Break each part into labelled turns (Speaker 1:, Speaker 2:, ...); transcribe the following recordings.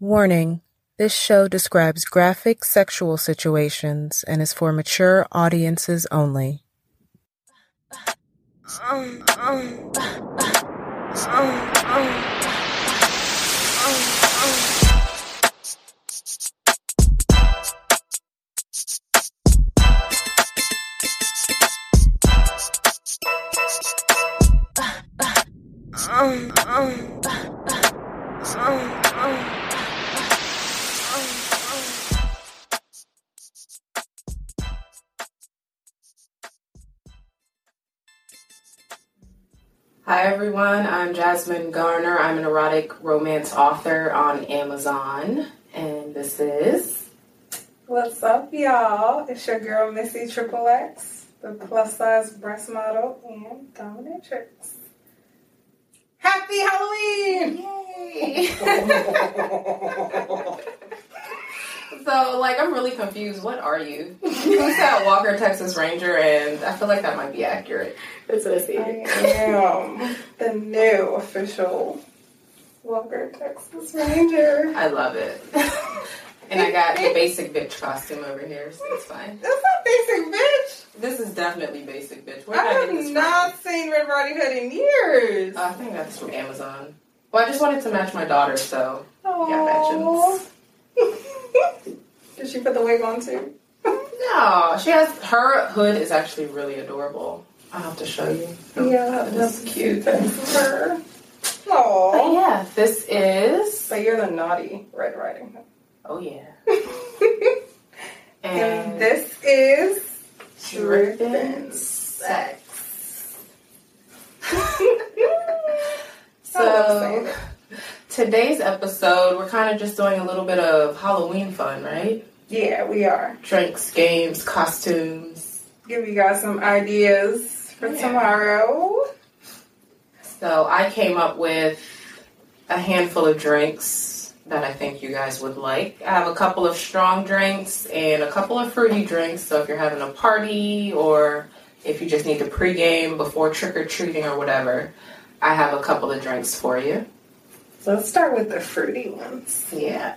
Speaker 1: Warning: This show describes graphic sexual situations and is for mature audiences only. Hi everyone, I'm Jasmine Garner. I'm an erotic romance author on Amazon, and this is
Speaker 2: What's up, y'all? It's your girl Missy Triple X, the plus size breast model and dominatrix. Happy Halloween!
Speaker 1: Yay! so, like, I'm really confused. What are you? Who's that Walker Texas Ranger? And I feel like that might be accurate.
Speaker 3: That's what I see.
Speaker 2: I am the new official Walker Texas Ranger.
Speaker 1: I love it. and I got the basic bitch costume over here, so it's fine.
Speaker 2: That's not basic, bitch.
Speaker 1: This is definitely basic bitch. Where
Speaker 2: I
Speaker 1: did I
Speaker 2: have
Speaker 1: get this from?
Speaker 2: not seen Red Riding Hood in years.
Speaker 1: Uh, I think that's from Amazon. Well, I just wanted to match my daughter, so yeah,
Speaker 2: Aww.
Speaker 1: matchings.
Speaker 2: Did she put the wig on too?
Speaker 1: No, she has her hood is actually really adorable. I'll have to show you.
Speaker 2: Yeah,
Speaker 1: that's
Speaker 2: cute. Thanks for her.
Speaker 1: But
Speaker 2: Aww.
Speaker 1: Oh, yeah, this is.
Speaker 2: So you're the naughty Red Riding
Speaker 1: Oh yeah,
Speaker 2: Hood. and
Speaker 1: and
Speaker 2: this is
Speaker 1: driven sex. so today's episode, we're kind of just doing a little bit of Halloween fun, right?
Speaker 2: yeah, we are.
Speaker 1: Drinks, games, costumes.
Speaker 2: Give you guys some ideas for
Speaker 1: Yeah.
Speaker 2: tomorrow.
Speaker 1: So I came up with a handful of drinks that I think you guys would like. I have a couple of strong drinks and a couple of fruity drinks. So if you're having a party or if you just need to pregame before trick or treating or whatever, I have a couple of drinks for you.
Speaker 2: So let's start with the fruity ones.
Speaker 1: Yeah.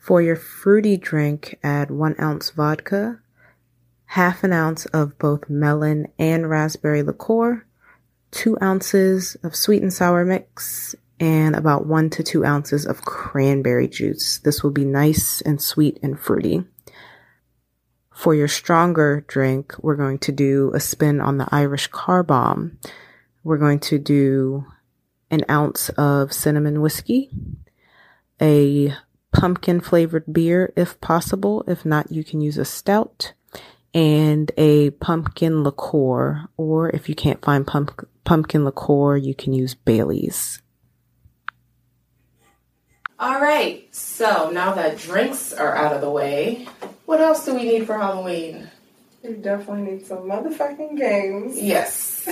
Speaker 4: For your fruity drink, add one ounce vodka, half an ounce of both melon and raspberry liqueur, two ounces of sweet and sour mix, and about one to two ounces of cranberry juice. This will be nice and sweet and fruity. For your stronger drink, we're going to do a spin on the Irish car bomb. We're going to do an ounce of cinnamon whiskey, a pumpkin flavored beer if possible. If not, you can use a stout and a pumpkin liqueur. Or if you can't find pump- pumpkin liqueur, you can use Bailey's.
Speaker 1: All right. So now that drinks are out of the way, what else do we need for Halloween?
Speaker 2: We definitely need some motherfucking games.
Speaker 1: Yes.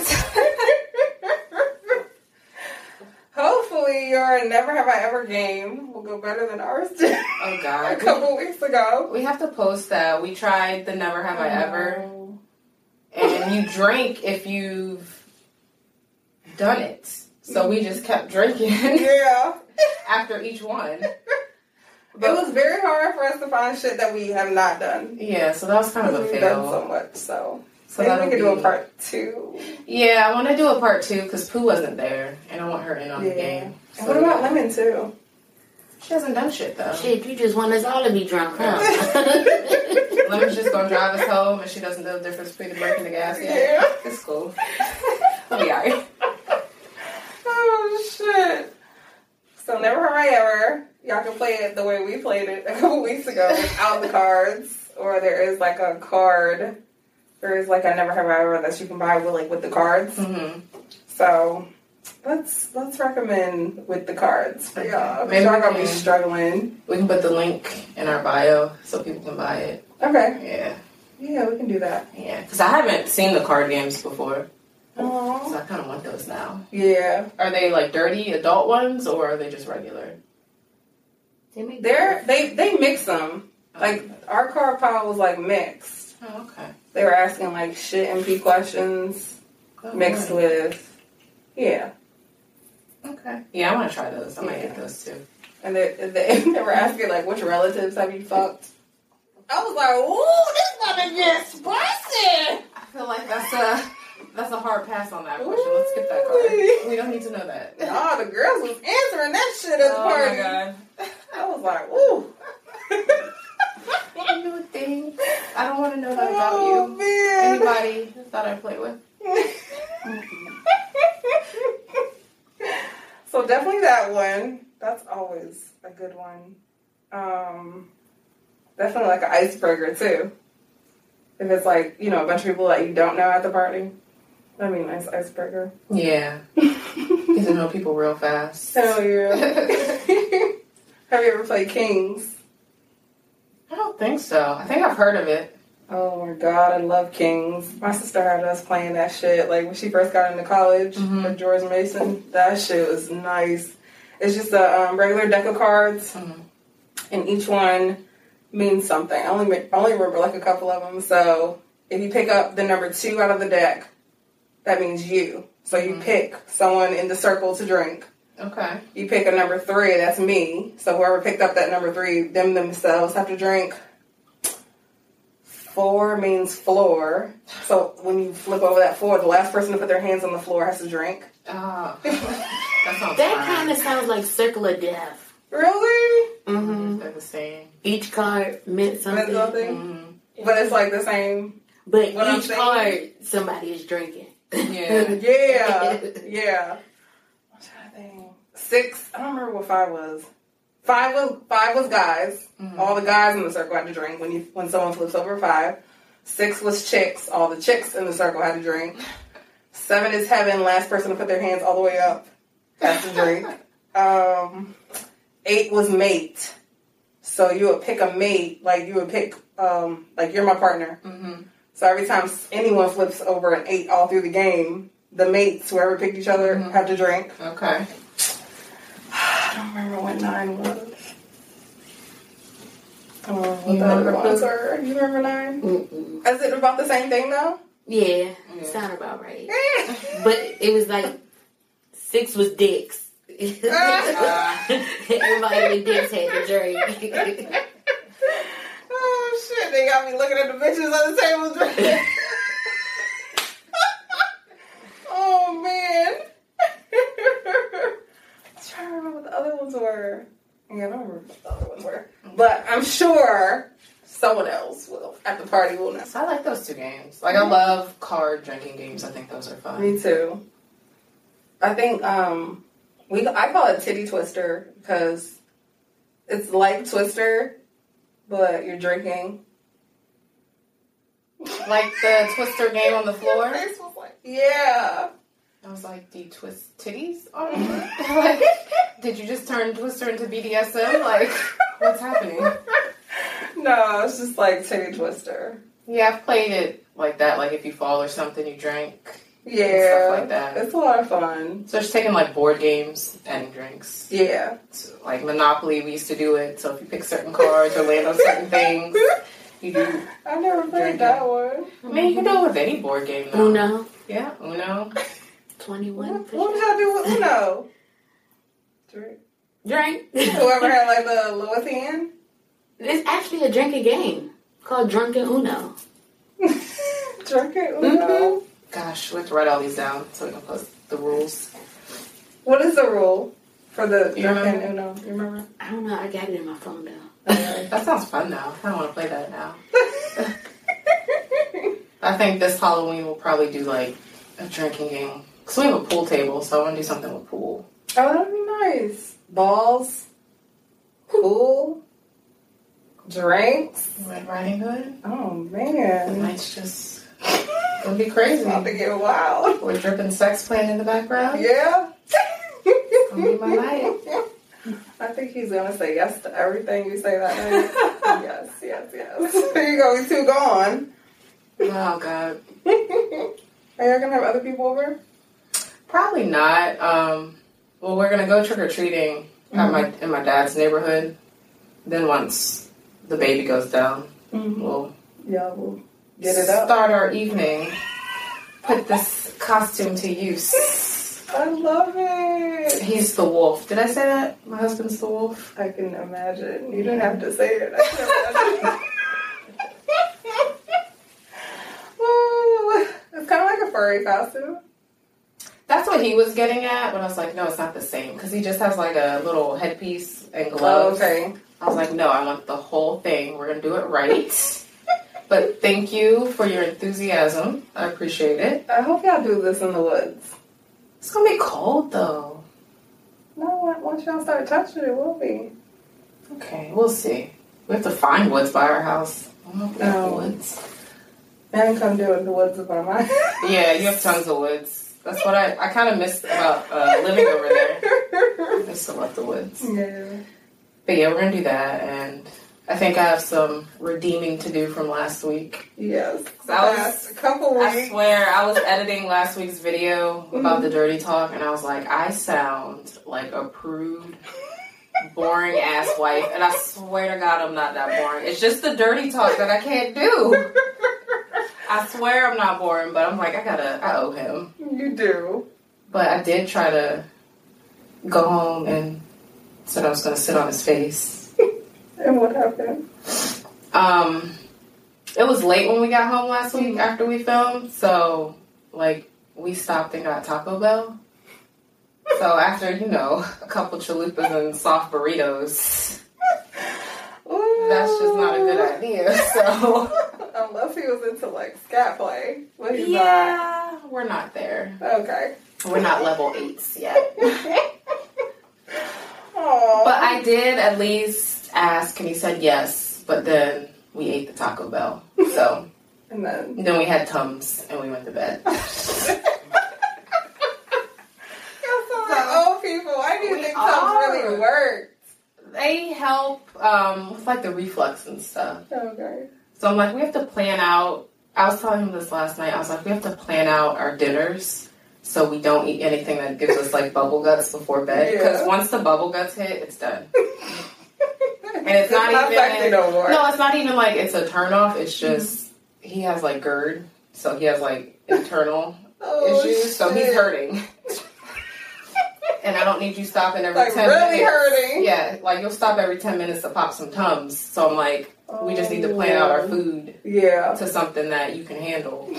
Speaker 2: Hopefully, your Never Have I Ever game will go better than ours did
Speaker 1: Oh
Speaker 2: a
Speaker 1: God.
Speaker 2: couple weeks ago.
Speaker 1: We have to post that. We tried the Never Have I Ever, and you drink if you've done it. So we just kept drinking
Speaker 2: Yeah.
Speaker 1: after each one.
Speaker 2: It was very hard for us to find shit that we have not done.
Speaker 1: Yeah, so that was kind of a
Speaker 2: We've done
Speaker 1: fail.
Speaker 2: so much, so,
Speaker 1: So
Speaker 2: maybe
Speaker 1: that'll
Speaker 2: we could do a
Speaker 1: be-
Speaker 2: part two.
Speaker 1: Yeah, I want to do a part two because Pooh wasn't there, and I want her in on the
Speaker 2: Yeah.
Speaker 1: game.
Speaker 2: And
Speaker 1: So-
Speaker 2: what about Lemon too?
Speaker 1: She hasn't done shit though.
Speaker 3: Shit, you just want us all to be drunk, huh?
Speaker 1: Lemon's just gonna drive us home, and she doesn't know the difference between the brake and the gas. Yeah,
Speaker 2: Yeah.
Speaker 1: it's cool. I'll be alright.
Speaker 2: Oh shit! So never have I ever. Y'all can play it the way we played it a couple weeks ago without the cards, or there is like a card. There is like a never have I ever that you can buy with like with the cards.
Speaker 1: Mm-hmm.
Speaker 2: So let's let's recommend with the cards for y'all. Maybe
Speaker 1: Maybe
Speaker 2: y'all gonna
Speaker 1: we
Speaker 2: be
Speaker 1: can-
Speaker 2: struggling.
Speaker 1: We can put the link in our bio so people can buy it.
Speaker 2: Okay,
Speaker 1: Yeah.
Speaker 2: yeah, we can do that.
Speaker 1: Yeah, because I haven't seen the card games before, so
Speaker 2: Aww.
Speaker 1: I kind of want those now.
Speaker 2: Yeah,
Speaker 1: Are they like dirty adult ones, or are they just regular?
Speaker 2: they're they they mix them. Like our card pile was like mixed.
Speaker 1: oh, okay,
Speaker 2: They were asking like shit and pee questions
Speaker 1: Good
Speaker 2: mixed
Speaker 1: one.
Speaker 2: with yeah.
Speaker 1: Okay, yeah, I want to try those. I might get those too.
Speaker 2: And they, they, they were asking, like, which relatives have you fucked? I was like, ooh, this mother gets spicy.
Speaker 1: I feel like that's a that's a hard pass on that question. Let's skip that card. We don't need to know that.
Speaker 2: All the girls was answering that shit at the
Speaker 1: Oh my
Speaker 2: party.
Speaker 1: god.
Speaker 2: I was like, ooh.
Speaker 1: You think I don't want to know that about
Speaker 2: oh,
Speaker 1: you.
Speaker 2: man.
Speaker 1: Anybody that I play with.
Speaker 2: so definitely that one. That's always a good one. Um, definitely like an icebreaker too. If it's like you know a bunch of people that you don't know at the party, that'd be a nice icebreaker.
Speaker 1: Yeah. Get
Speaker 2: Hell
Speaker 1: to know people real fast.
Speaker 2: yeah. Have you ever played Kings?
Speaker 1: I don't think so. I think I've heard of it.
Speaker 2: Oh my god, I love Kings. My sister had us playing that shit like when she first got into college
Speaker 1: Mhm.
Speaker 2: with George Mason. That shit was nice. It's just a um, regular deck of cards,
Speaker 1: Mhm.
Speaker 2: and each one means something. I only ma- I only remember like a couple of them. So if you pick up the number two out of the deck, that means you. So you
Speaker 1: Mhm.
Speaker 2: pick someone in the circle to drink.
Speaker 1: Okay.
Speaker 2: You pick a number three, that's me. So whoever picked up that number three, them themselves have to drink. Four means floor. So when you flip over that floor, the last person to put their hands on the floor has to drink.
Speaker 1: Oh, that sounds
Speaker 3: That kind of sounds like circle of death.
Speaker 2: Really?
Speaker 3: hmm
Speaker 1: They're the same.
Speaker 3: Each card meant
Speaker 2: That's
Speaker 3: something,
Speaker 2: nothing.
Speaker 1: Mhm.
Speaker 2: But it's like the same.
Speaker 3: but
Speaker 2: What I'm
Speaker 3: each
Speaker 2: saying-
Speaker 3: card somebody is drinking.
Speaker 1: Yeah.
Speaker 2: Yeah. Yeah. I'm trying to think. Six. I don't remember what five was. Five was five was guys.
Speaker 1: Mhm.
Speaker 2: All the guys in the circle had to drink when you when someone flips over five. Six was chicks. All the chicks in the circle had to drink. Seven is heaven. Last person to put their hands all the way up has to drink. um, eight was mate. So you would pick a mate, like you would pick, um, like you're my partner.
Speaker 1: Mhm.
Speaker 2: So every time anyone flips over an eight all through the game, the mates, whoever picked each other,
Speaker 1: Mhm.
Speaker 2: have to drink.
Speaker 1: Okay.
Speaker 2: I don't remember what nine was. Oh,
Speaker 1: You
Speaker 2: what the other
Speaker 1: remember
Speaker 2: ones
Speaker 1: who?
Speaker 2: are. You remember nine?
Speaker 3: Mm-mm.
Speaker 2: Is it about the same thing though?
Speaker 3: yeah,
Speaker 1: Yeah.
Speaker 3: sound about right.
Speaker 2: Yeah.
Speaker 3: But it was like six was dicks. Everybody with dicks had to drink.
Speaker 2: oh shit! They got me looking at the bitches on the table drinking. oh man. I'm trying to remember what the other ones were. Yeah, I don't remember what the other ones were. But I'm sure someone else will at the party will know.
Speaker 1: So I like those two games. Like I love card drinking games. I think those are fun.
Speaker 2: Me too. I think um we I call it titty twister because it's like twister, but you're drinking.
Speaker 1: Like the twister game on the floor.
Speaker 2: This was like- yeah.
Speaker 1: I was like, do you twist titties on it? Like, did you just turn twister into BDSM? Like, what's happening?
Speaker 2: No, it's just like titty twister.
Speaker 1: Yeah, I've played it like that. Like if you fall or something, you drink.
Speaker 2: Yeah,
Speaker 1: like that.
Speaker 2: It's a lot of fun.
Speaker 1: So it's taking like board games, adding drinks.
Speaker 2: Yeah.
Speaker 1: So, like Monopoly, we used to do it. So if you pick certain cards or land on certain things, you do.
Speaker 2: I never played
Speaker 1: Drinking.
Speaker 2: that one.
Speaker 1: I mean, you can do it with any board game now.
Speaker 3: Uno,
Speaker 1: Yeah, Uno.
Speaker 3: twenty-one.
Speaker 2: What, what did I do with Uno? Drink.
Speaker 3: Drink.
Speaker 2: Whoever had like the lowest hand.
Speaker 3: It's actually a drinking game called Drunken Uno.
Speaker 2: Drinking Uno.
Speaker 1: Mm-hmm. Gosh, we have to write all these down so we can post the rules.
Speaker 2: What is the rule for the
Speaker 1: You
Speaker 2: drinking
Speaker 1: remember?
Speaker 2: Uno? You remember?
Speaker 3: I don't know. I got it in my phone though.
Speaker 1: That sounds fun though. I kind of want to play that now. I think this Halloween we'll probably do like a drinking game. Cause we have a pool table, so I want to do something with pool.
Speaker 2: Oh, that'd be nice. Balls, pool, drinks.
Speaker 1: Red Riding Hood.
Speaker 2: Oh
Speaker 1: The
Speaker 2: man,
Speaker 1: night's just gonna be crazy.
Speaker 2: about to get wild.
Speaker 1: We're dripping sex playing in the background.
Speaker 2: Yeah.
Speaker 1: Gonna be my night.
Speaker 2: I think he's gonna say yes to everything you say that night. yes, yes, yes. There you go. We two gone.
Speaker 1: Oh god.
Speaker 2: Are you gonna have other people over?
Speaker 1: Probably not. Um, well, we're gonna go trick or treating at my
Speaker 2: Mm-hmm.
Speaker 1: in my dad's neighborhood. Then once the baby goes down,
Speaker 2: Mm-hmm.
Speaker 1: we'll
Speaker 2: Yeah, we'll get it up.
Speaker 1: Start our evening. Put this costume to use.
Speaker 2: I love it. it.
Speaker 1: He's the wolf. Did I say that? My husband's the wolf.
Speaker 2: I can imagine. You didn't have to say it. I can imagine. Ooh, it's kind of like a furry costume.
Speaker 1: That's what he was getting at when I was like, no, it's not the same because he just has like a little headpiece and gloves.
Speaker 2: Oh, okay.
Speaker 1: I was like, no, I want the whole thing. We're gonna do it right. but thank you for your enthusiasm. I appreciate it.
Speaker 2: I hope y'all do this in the woods.
Speaker 1: It's gonna be cold though.
Speaker 2: No, on- once y'all start touching it, will be.
Speaker 1: Okay, we'll see. We have to find woods by our house. I don't know if we have
Speaker 2: No.
Speaker 1: woods.
Speaker 2: Then come do it in the woods with my mind.
Speaker 1: Yeah, you have tons of woods. That's what I, I kind of missed about uh, living over there. I still love the woods.
Speaker 2: yeah.
Speaker 1: But yeah, we're gonna do that, and I think I have some redeeming to do from last week.
Speaker 2: Yes.
Speaker 1: That was-
Speaker 2: Last a couple
Speaker 1: I
Speaker 2: weeks.
Speaker 1: swear, I was editing last week's video about the dirty talk, and I was like, I sound like a prude, boring ass wife, and I swear to God, I'm not that boring. It's just the dirty talk that I can't do. I swear I'm not boring, but I'm like, I gotta, I owe him.
Speaker 2: You do.
Speaker 1: But I did try to go home and said I was gonna sit on his face.
Speaker 2: And what happened?
Speaker 1: Um, it was late when we got home last week after we filmed, so like we stopped and got Taco Bell. So after you know a couple chalupas and soft burritos,
Speaker 2: Ooh.
Speaker 1: that's just not a good idea. So
Speaker 2: Unless he was into like scat play. But he's
Speaker 1: yeah, we're not there.
Speaker 2: not. Okay.
Speaker 1: We're not level eights yet.
Speaker 2: Aw.
Speaker 1: But I did at least ask, and he said yes. But then we ate the Taco Bell, so
Speaker 2: And then.
Speaker 1: then we had tums and we went to bed.
Speaker 2: Y'all sound like old people. I didn't
Speaker 1: We
Speaker 2: think
Speaker 1: are.
Speaker 2: something really worked.
Speaker 1: They help um, with like the reflux and stuff.
Speaker 2: Okay.
Speaker 1: So I'm like, we have to plan out. I was telling him this last night. I was like, we have to plan out our dinners so we don't eat anything that gives us like bubble guts before bed. Because
Speaker 2: Yeah.
Speaker 1: once the bubble guts hit, it's done. And it's not even-
Speaker 2: sexy no more. Mm-hmm.
Speaker 1: No, it's not even like it's a turnoff. It's just he has like GERD, so he has like internal
Speaker 2: Oh,
Speaker 1: issues. So he's
Speaker 2: shit.
Speaker 1: hurting. and I don't need you stopping every
Speaker 2: Like
Speaker 1: ten
Speaker 2: really
Speaker 1: minutes.
Speaker 2: hurting.
Speaker 1: Yeah, like you'll stop every ten minutes to pop some tums. So I'm like, we just need to plan out our food
Speaker 2: Yeah.
Speaker 1: to something that you can handle.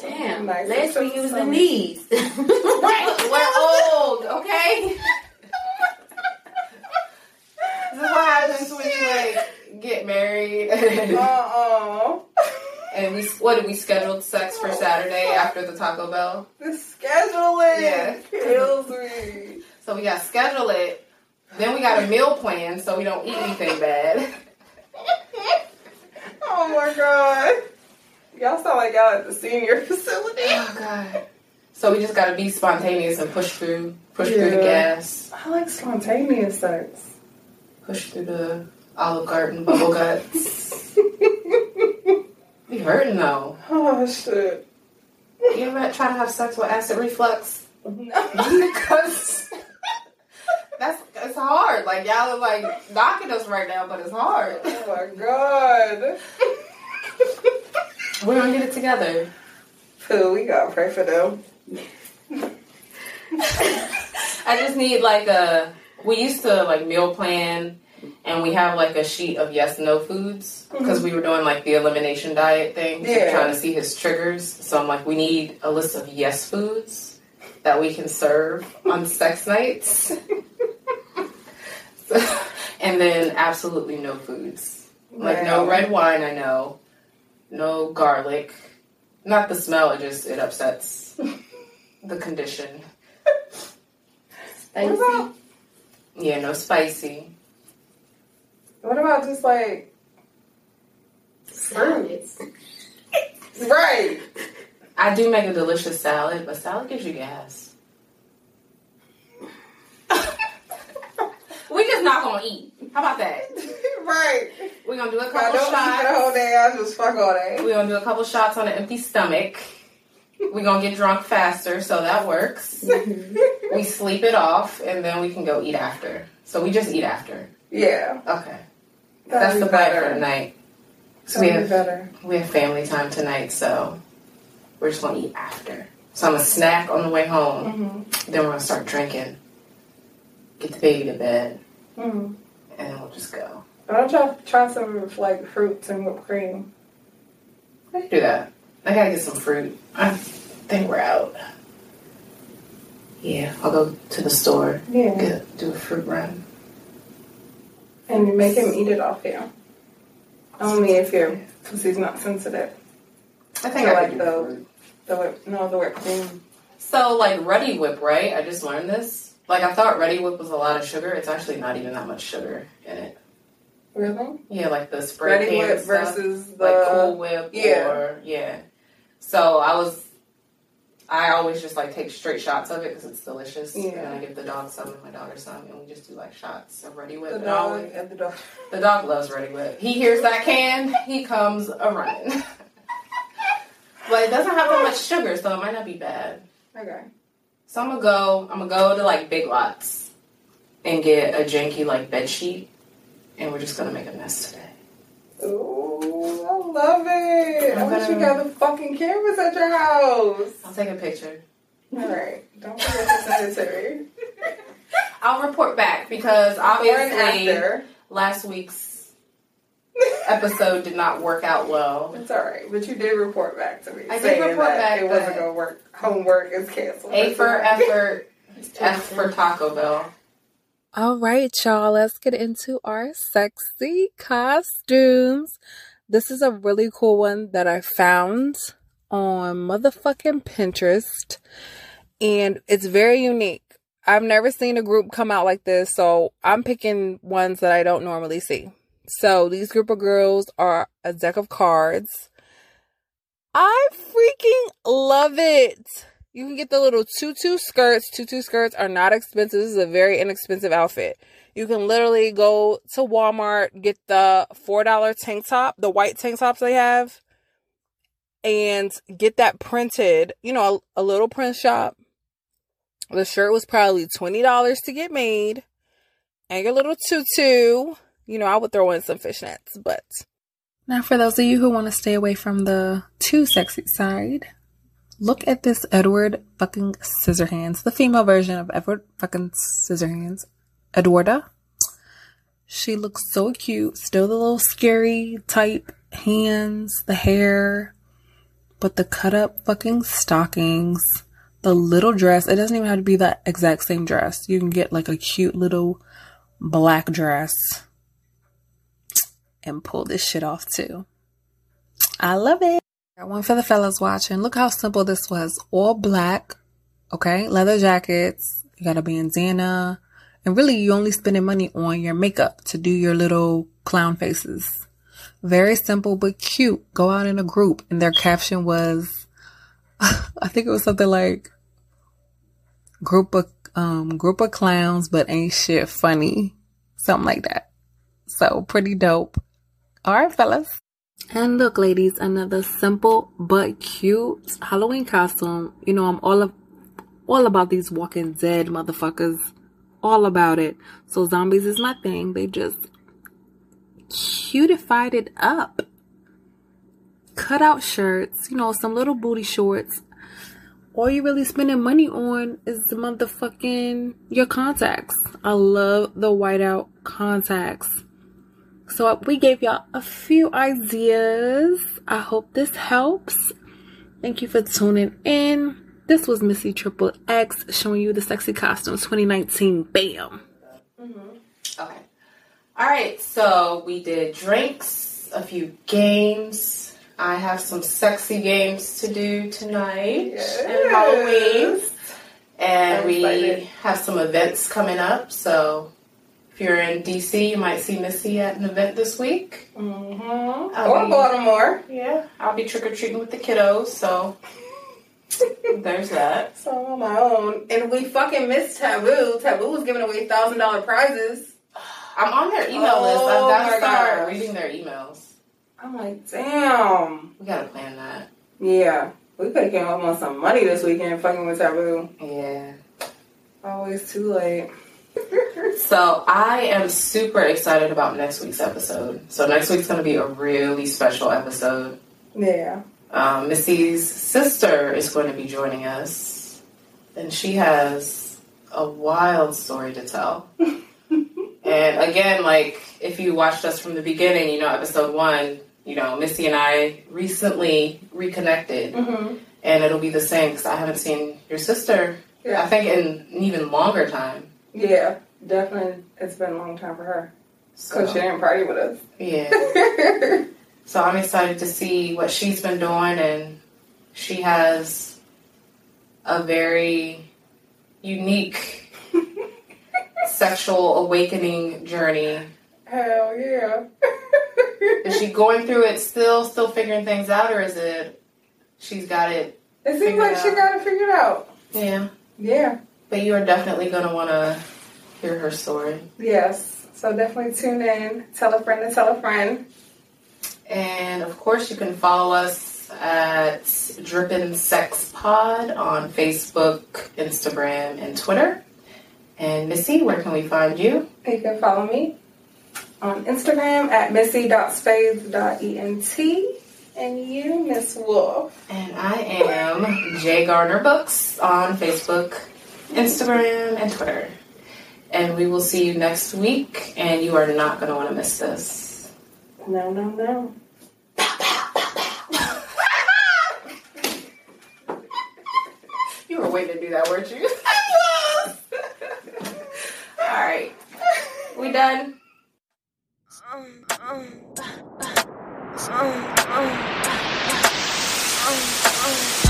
Speaker 3: Damn.
Speaker 2: Nice.
Speaker 3: Last week it was the
Speaker 2: Sorry.
Speaker 3: knees.
Speaker 1: Right, we're old, okay? this is what happens when you like get married
Speaker 2: Uh-uh.
Speaker 1: and we what did we scheduled sex for Saturday after the Taco Bell?
Speaker 2: The scheduling
Speaker 1: Yeah.
Speaker 2: kills me.
Speaker 1: So we gotta schedule it. Then we got a meal plan so we don't eat anything bad.
Speaker 2: Oh my god. Y'all sound like y'all at the senior facility.
Speaker 1: Oh god. So we just gotta be spontaneous and push through push through the
Speaker 2: Yeah.
Speaker 1: gas,
Speaker 2: I like spontaneous sex.
Speaker 1: push through the olive garden bubble guts. we hurting though.
Speaker 2: Oh shit.
Speaker 1: You ever try to have sex with acid reflux?
Speaker 2: No.
Speaker 1: because that's it's hard. Like y'all are like knocking us right now, but it's hard.
Speaker 2: Oh my god.
Speaker 1: We're gonna get it together.
Speaker 2: Pooh, we gotta pray for them.
Speaker 1: I just need like a. We used to like meal plan, and we have like a sheet of yes no foods because we were doing like the elimination diet thing, so
Speaker 2: Yeah.
Speaker 1: trying to see his triggers. So I'm like, we need a list of yes foods that we can serve on sex nights, So- and then absolutely no foods like no
Speaker 2: Wow.
Speaker 1: red wine. I know, no garlic. Not the smell; it just it upsets the condition.
Speaker 2: What about,
Speaker 1: Yeah, no spicy.
Speaker 2: what about just like
Speaker 3: Salads.
Speaker 2: right?
Speaker 1: I do make a delicious salad, but salad gives you gas. we just not gonna eat. How about that?
Speaker 2: right.
Speaker 1: We're gonna do a
Speaker 2: If I
Speaker 1: couple
Speaker 2: don't eat the
Speaker 1: shots.
Speaker 2: whole day, I just fuck all day.
Speaker 1: We're gonna do a couple shots on an empty stomach. We're gonna get drunk faster, so that works.
Speaker 2: Mm-hmm.
Speaker 1: We sleep it off, and then we can go eat after. So we just eat after.
Speaker 2: yeah.
Speaker 1: Okay,
Speaker 2: That'd
Speaker 1: that's
Speaker 2: be
Speaker 1: the plan for tonight. So we
Speaker 2: That'd be
Speaker 1: have
Speaker 2: better.
Speaker 1: We have family time tonight, so we're just gonna eat after. So I'm gonna snack on the way home,
Speaker 2: Mhm.
Speaker 1: then we're gonna start drinking. get the baby to bed,
Speaker 2: Mm.
Speaker 1: and then we'll just go.
Speaker 2: But I'll try, try some like fruits and whipped cream.
Speaker 1: I can do that. I gotta get some fruit. I think we're out. Yeah, I'll go to the store.
Speaker 2: Yeah.
Speaker 1: Get, do a fruit run.
Speaker 2: And you make him eat it off you. Only if your pussy's not sensitive.
Speaker 1: I think
Speaker 2: I
Speaker 1: I
Speaker 2: like
Speaker 1: like
Speaker 2: the-
Speaker 1: though.
Speaker 2: The whip, no, the whipped cream.
Speaker 1: So like Ready Whip, right? I just learned this. Like I thought Ready Whip was a lot of sugar. It's actually not even that much sugar in it.
Speaker 2: Really?
Speaker 1: Yeah, like the spray
Speaker 2: Ready
Speaker 1: can
Speaker 2: whip
Speaker 1: stuff.
Speaker 2: versus the.
Speaker 1: like Cool Whip
Speaker 2: yeah.
Speaker 1: or yeah. So I was, I always just like take straight shots of it because it's delicious. And
Speaker 2: Yeah.
Speaker 1: I give the dog some and my daughter some, and we just do like shots of Ready Whip.
Speaker 2: The
Speaker 1: and
Speaker 2: dog
Speaker 1: always-
Speaker 2: at the dog.
Speaker 1: the dog loves Ready Whip. He hears that can, he comes a running. but it doesn't have that much sugar, so it might not be bad.
Speaker 2: Okay.
Speaker 1: So I'm gonna go. I'm gonna go to like Big Lots and get a janky like bed sheet, and we're just gonna make a mess today.
Speaker 2: Ooh, I love it. I
Speaker 1: I'm
Speaker 2: wish you
Speaker 1: gonna-
Speaker 2: got the fucking cameras at your house.
Speaker 1: I'll take a picture.
Speaker 2: All right. Don't forget to send it to me.
Speaker 1: I'll report back because
Speaker 2: Before and
Speaker 1: obviously
Speaker 2: after.
Speaker 1: last week's episode did not work out well.
Speaker 2: It's all right, but you did report back to me.
Speaker 1: I did
Speaker 2: saying
Speaker 1: report
Speaker 2: that
Speaker 1: back
Speaker 2: It wasn't
Speaker 1: that-
Speaker 2: gonna work. Homework is canceled.
Speaker 1: A for effort,
Speaker 3: It's too
Speaker 1: F for
Speaker 3: good.
Speaker 1: Taco Bell.
Speaker 5: All right, y'all, let's get into our sexy costumes. This is a really cool one that I found on motherfucking Pinterest, and it's very unique. I've never seen a group come out like this, so I'm picking ones that I don't normally see. So, these group of girls are a deck of cards. I freaking love it. You can get the little tutu skirts. Tutu skirts are not expensive. This is a very inexpensive outfit. You can literally go to Walmart, get the $4 tank top, the white tank tops they have, and get that printed, you know, a, a little print shop. The shirt was probably $20 to get made. And your little tutu. You know, I would throw in some fishnets, but. Now, for those of you who want to stay away from the too sexy side, Look at this Edward fucking Scissorhands, the female version of Edward fucking Scissorhands, Edwarda. She looks so cute. Still the little scary type hands, the hair, but the cut up fucking stockings, the little dress. It doesn't even have to be the exact same dress. You can get like a cute little black dress and pull this shit off too. I love it. Got One for the fellas watching. Look how simple this was. All black, okay? Leather jackets. You got a bandana. And really, you only spending money on your makeup to do your little clown faces. Very simple but cute. Go out in a group. And their caption was, I think it was something like, group of, um, group of clowns, but ain't shit funny. Something like that. So pretty dope. All right, fellas. And look, ladies, another simple but cute Halloween costume. You know, I'm all of, all about these Walking Dead motherfuckers, all about it. So zombies is my thing. They just cutified it up. Cut out shirts, you know, some little booty shorts. All you're really spending money on is the motherfucking your contacts. I love the whiteout contacts. So we gave y'all a few ideas. I hope this helps. Thank you for tuning in. This was Missy Triple X showing you the sexy costumes 2019. Bam.
Speaker 1: Okay. All right. So we did drinks, a few games. I have some sexy games to do tonight and Halloween. And
Speaker 2: I'm
Speaker 1: we
Speaker 2: excited.
Speaker 1: have some events coming up. So if you're in DC, you might see Missy at an event this week.
Speaker 2: Mm-hmm.
Speaker 1: I
Speaker 2: Or
Speaker 1: mean-
Speaker 2: Baltimore.
Speaker 1: Yeah, I'll be trick or treating with the kiddos. So there's that.
Speaker 2: So I'm on my own. And we fucking missed Taboo. Taboo was giving away thousand dollar prizes.
Speaker 1: I'm on their email
Speaker 2: Oh
Speaker 1: list. I've got
Speaker 2: my
Speaker 1: to start
Speaker 2: gosh.
Speaker 1: reading their emails.
Speaker 2: I'm like, damn.
Speaker 1: We got to plan that.
Speaker 2: Yeah. We could have came up on some money this weekend fucking with Taboo.
Speaker 1: Yeah.
Speaker 2: Always too late.
Speaker 1: So I am super excited about next week's episode. So next week's going to be a really special episode.
Speaker 2: yeah.
Speaker 1: Um, Missy's sister is going to be joining us, and she has a a wild story to tell. and again, like if you watched us from the beginning, you know, episode one, you know, Missy and I recently reconnected,
Speaker 2: Mm-hmm.
Speaker 1: and it'll be the same because I haven't seen your sister.
Speaker 2: Yeah.
Speaker 1: I think in an even longer time.
Speaker 2: Yeah, definitely. It's been a long time for her.
Speaker 1: So
Speaker 2: Because she didn't party with us.
Speaker 1: yeah. So I'm excited to see what she's been doing, and she has a very unique sexual awakening journey.
Speaker 2: Hell yeah.
Speaker 1: Is she going through it still, still figuring things out, or is it she's got it?
Speaker 2: it seems
Speaker 1: Figure
Speaker 2: like
Speaker 1: it
Speaker 2: she
Speaker 1: out.
Speaker 2: got it figured out.
Speaker 1: Yeah.
Speaker 2: Yeah.
Speaker 1: But you are definitely going to want to hear her story.
Speaker 2: Yes. So definitely tune in. Tell a friend to tell a friend.
Speaker 1: And of course, you can follow us at Drippin' Sex Pod on Facebook, Instagram, and Twitter. And Missy, where can we find you?
Speaker 2: You can follow me on Instagram at missy.spades.ent. And you, Miss Wolf.
Speaker 1: And I am Jay Gardner Books on Facebook, Instagram, and Twitter. And we will see you next week, and you are not going to want to miss this.
Speaker 2: No, no, no.
Speaker 1: You were waiting to do that, weren't you? All right. We done?
Speaker 6: Um, um, um, um, um, um.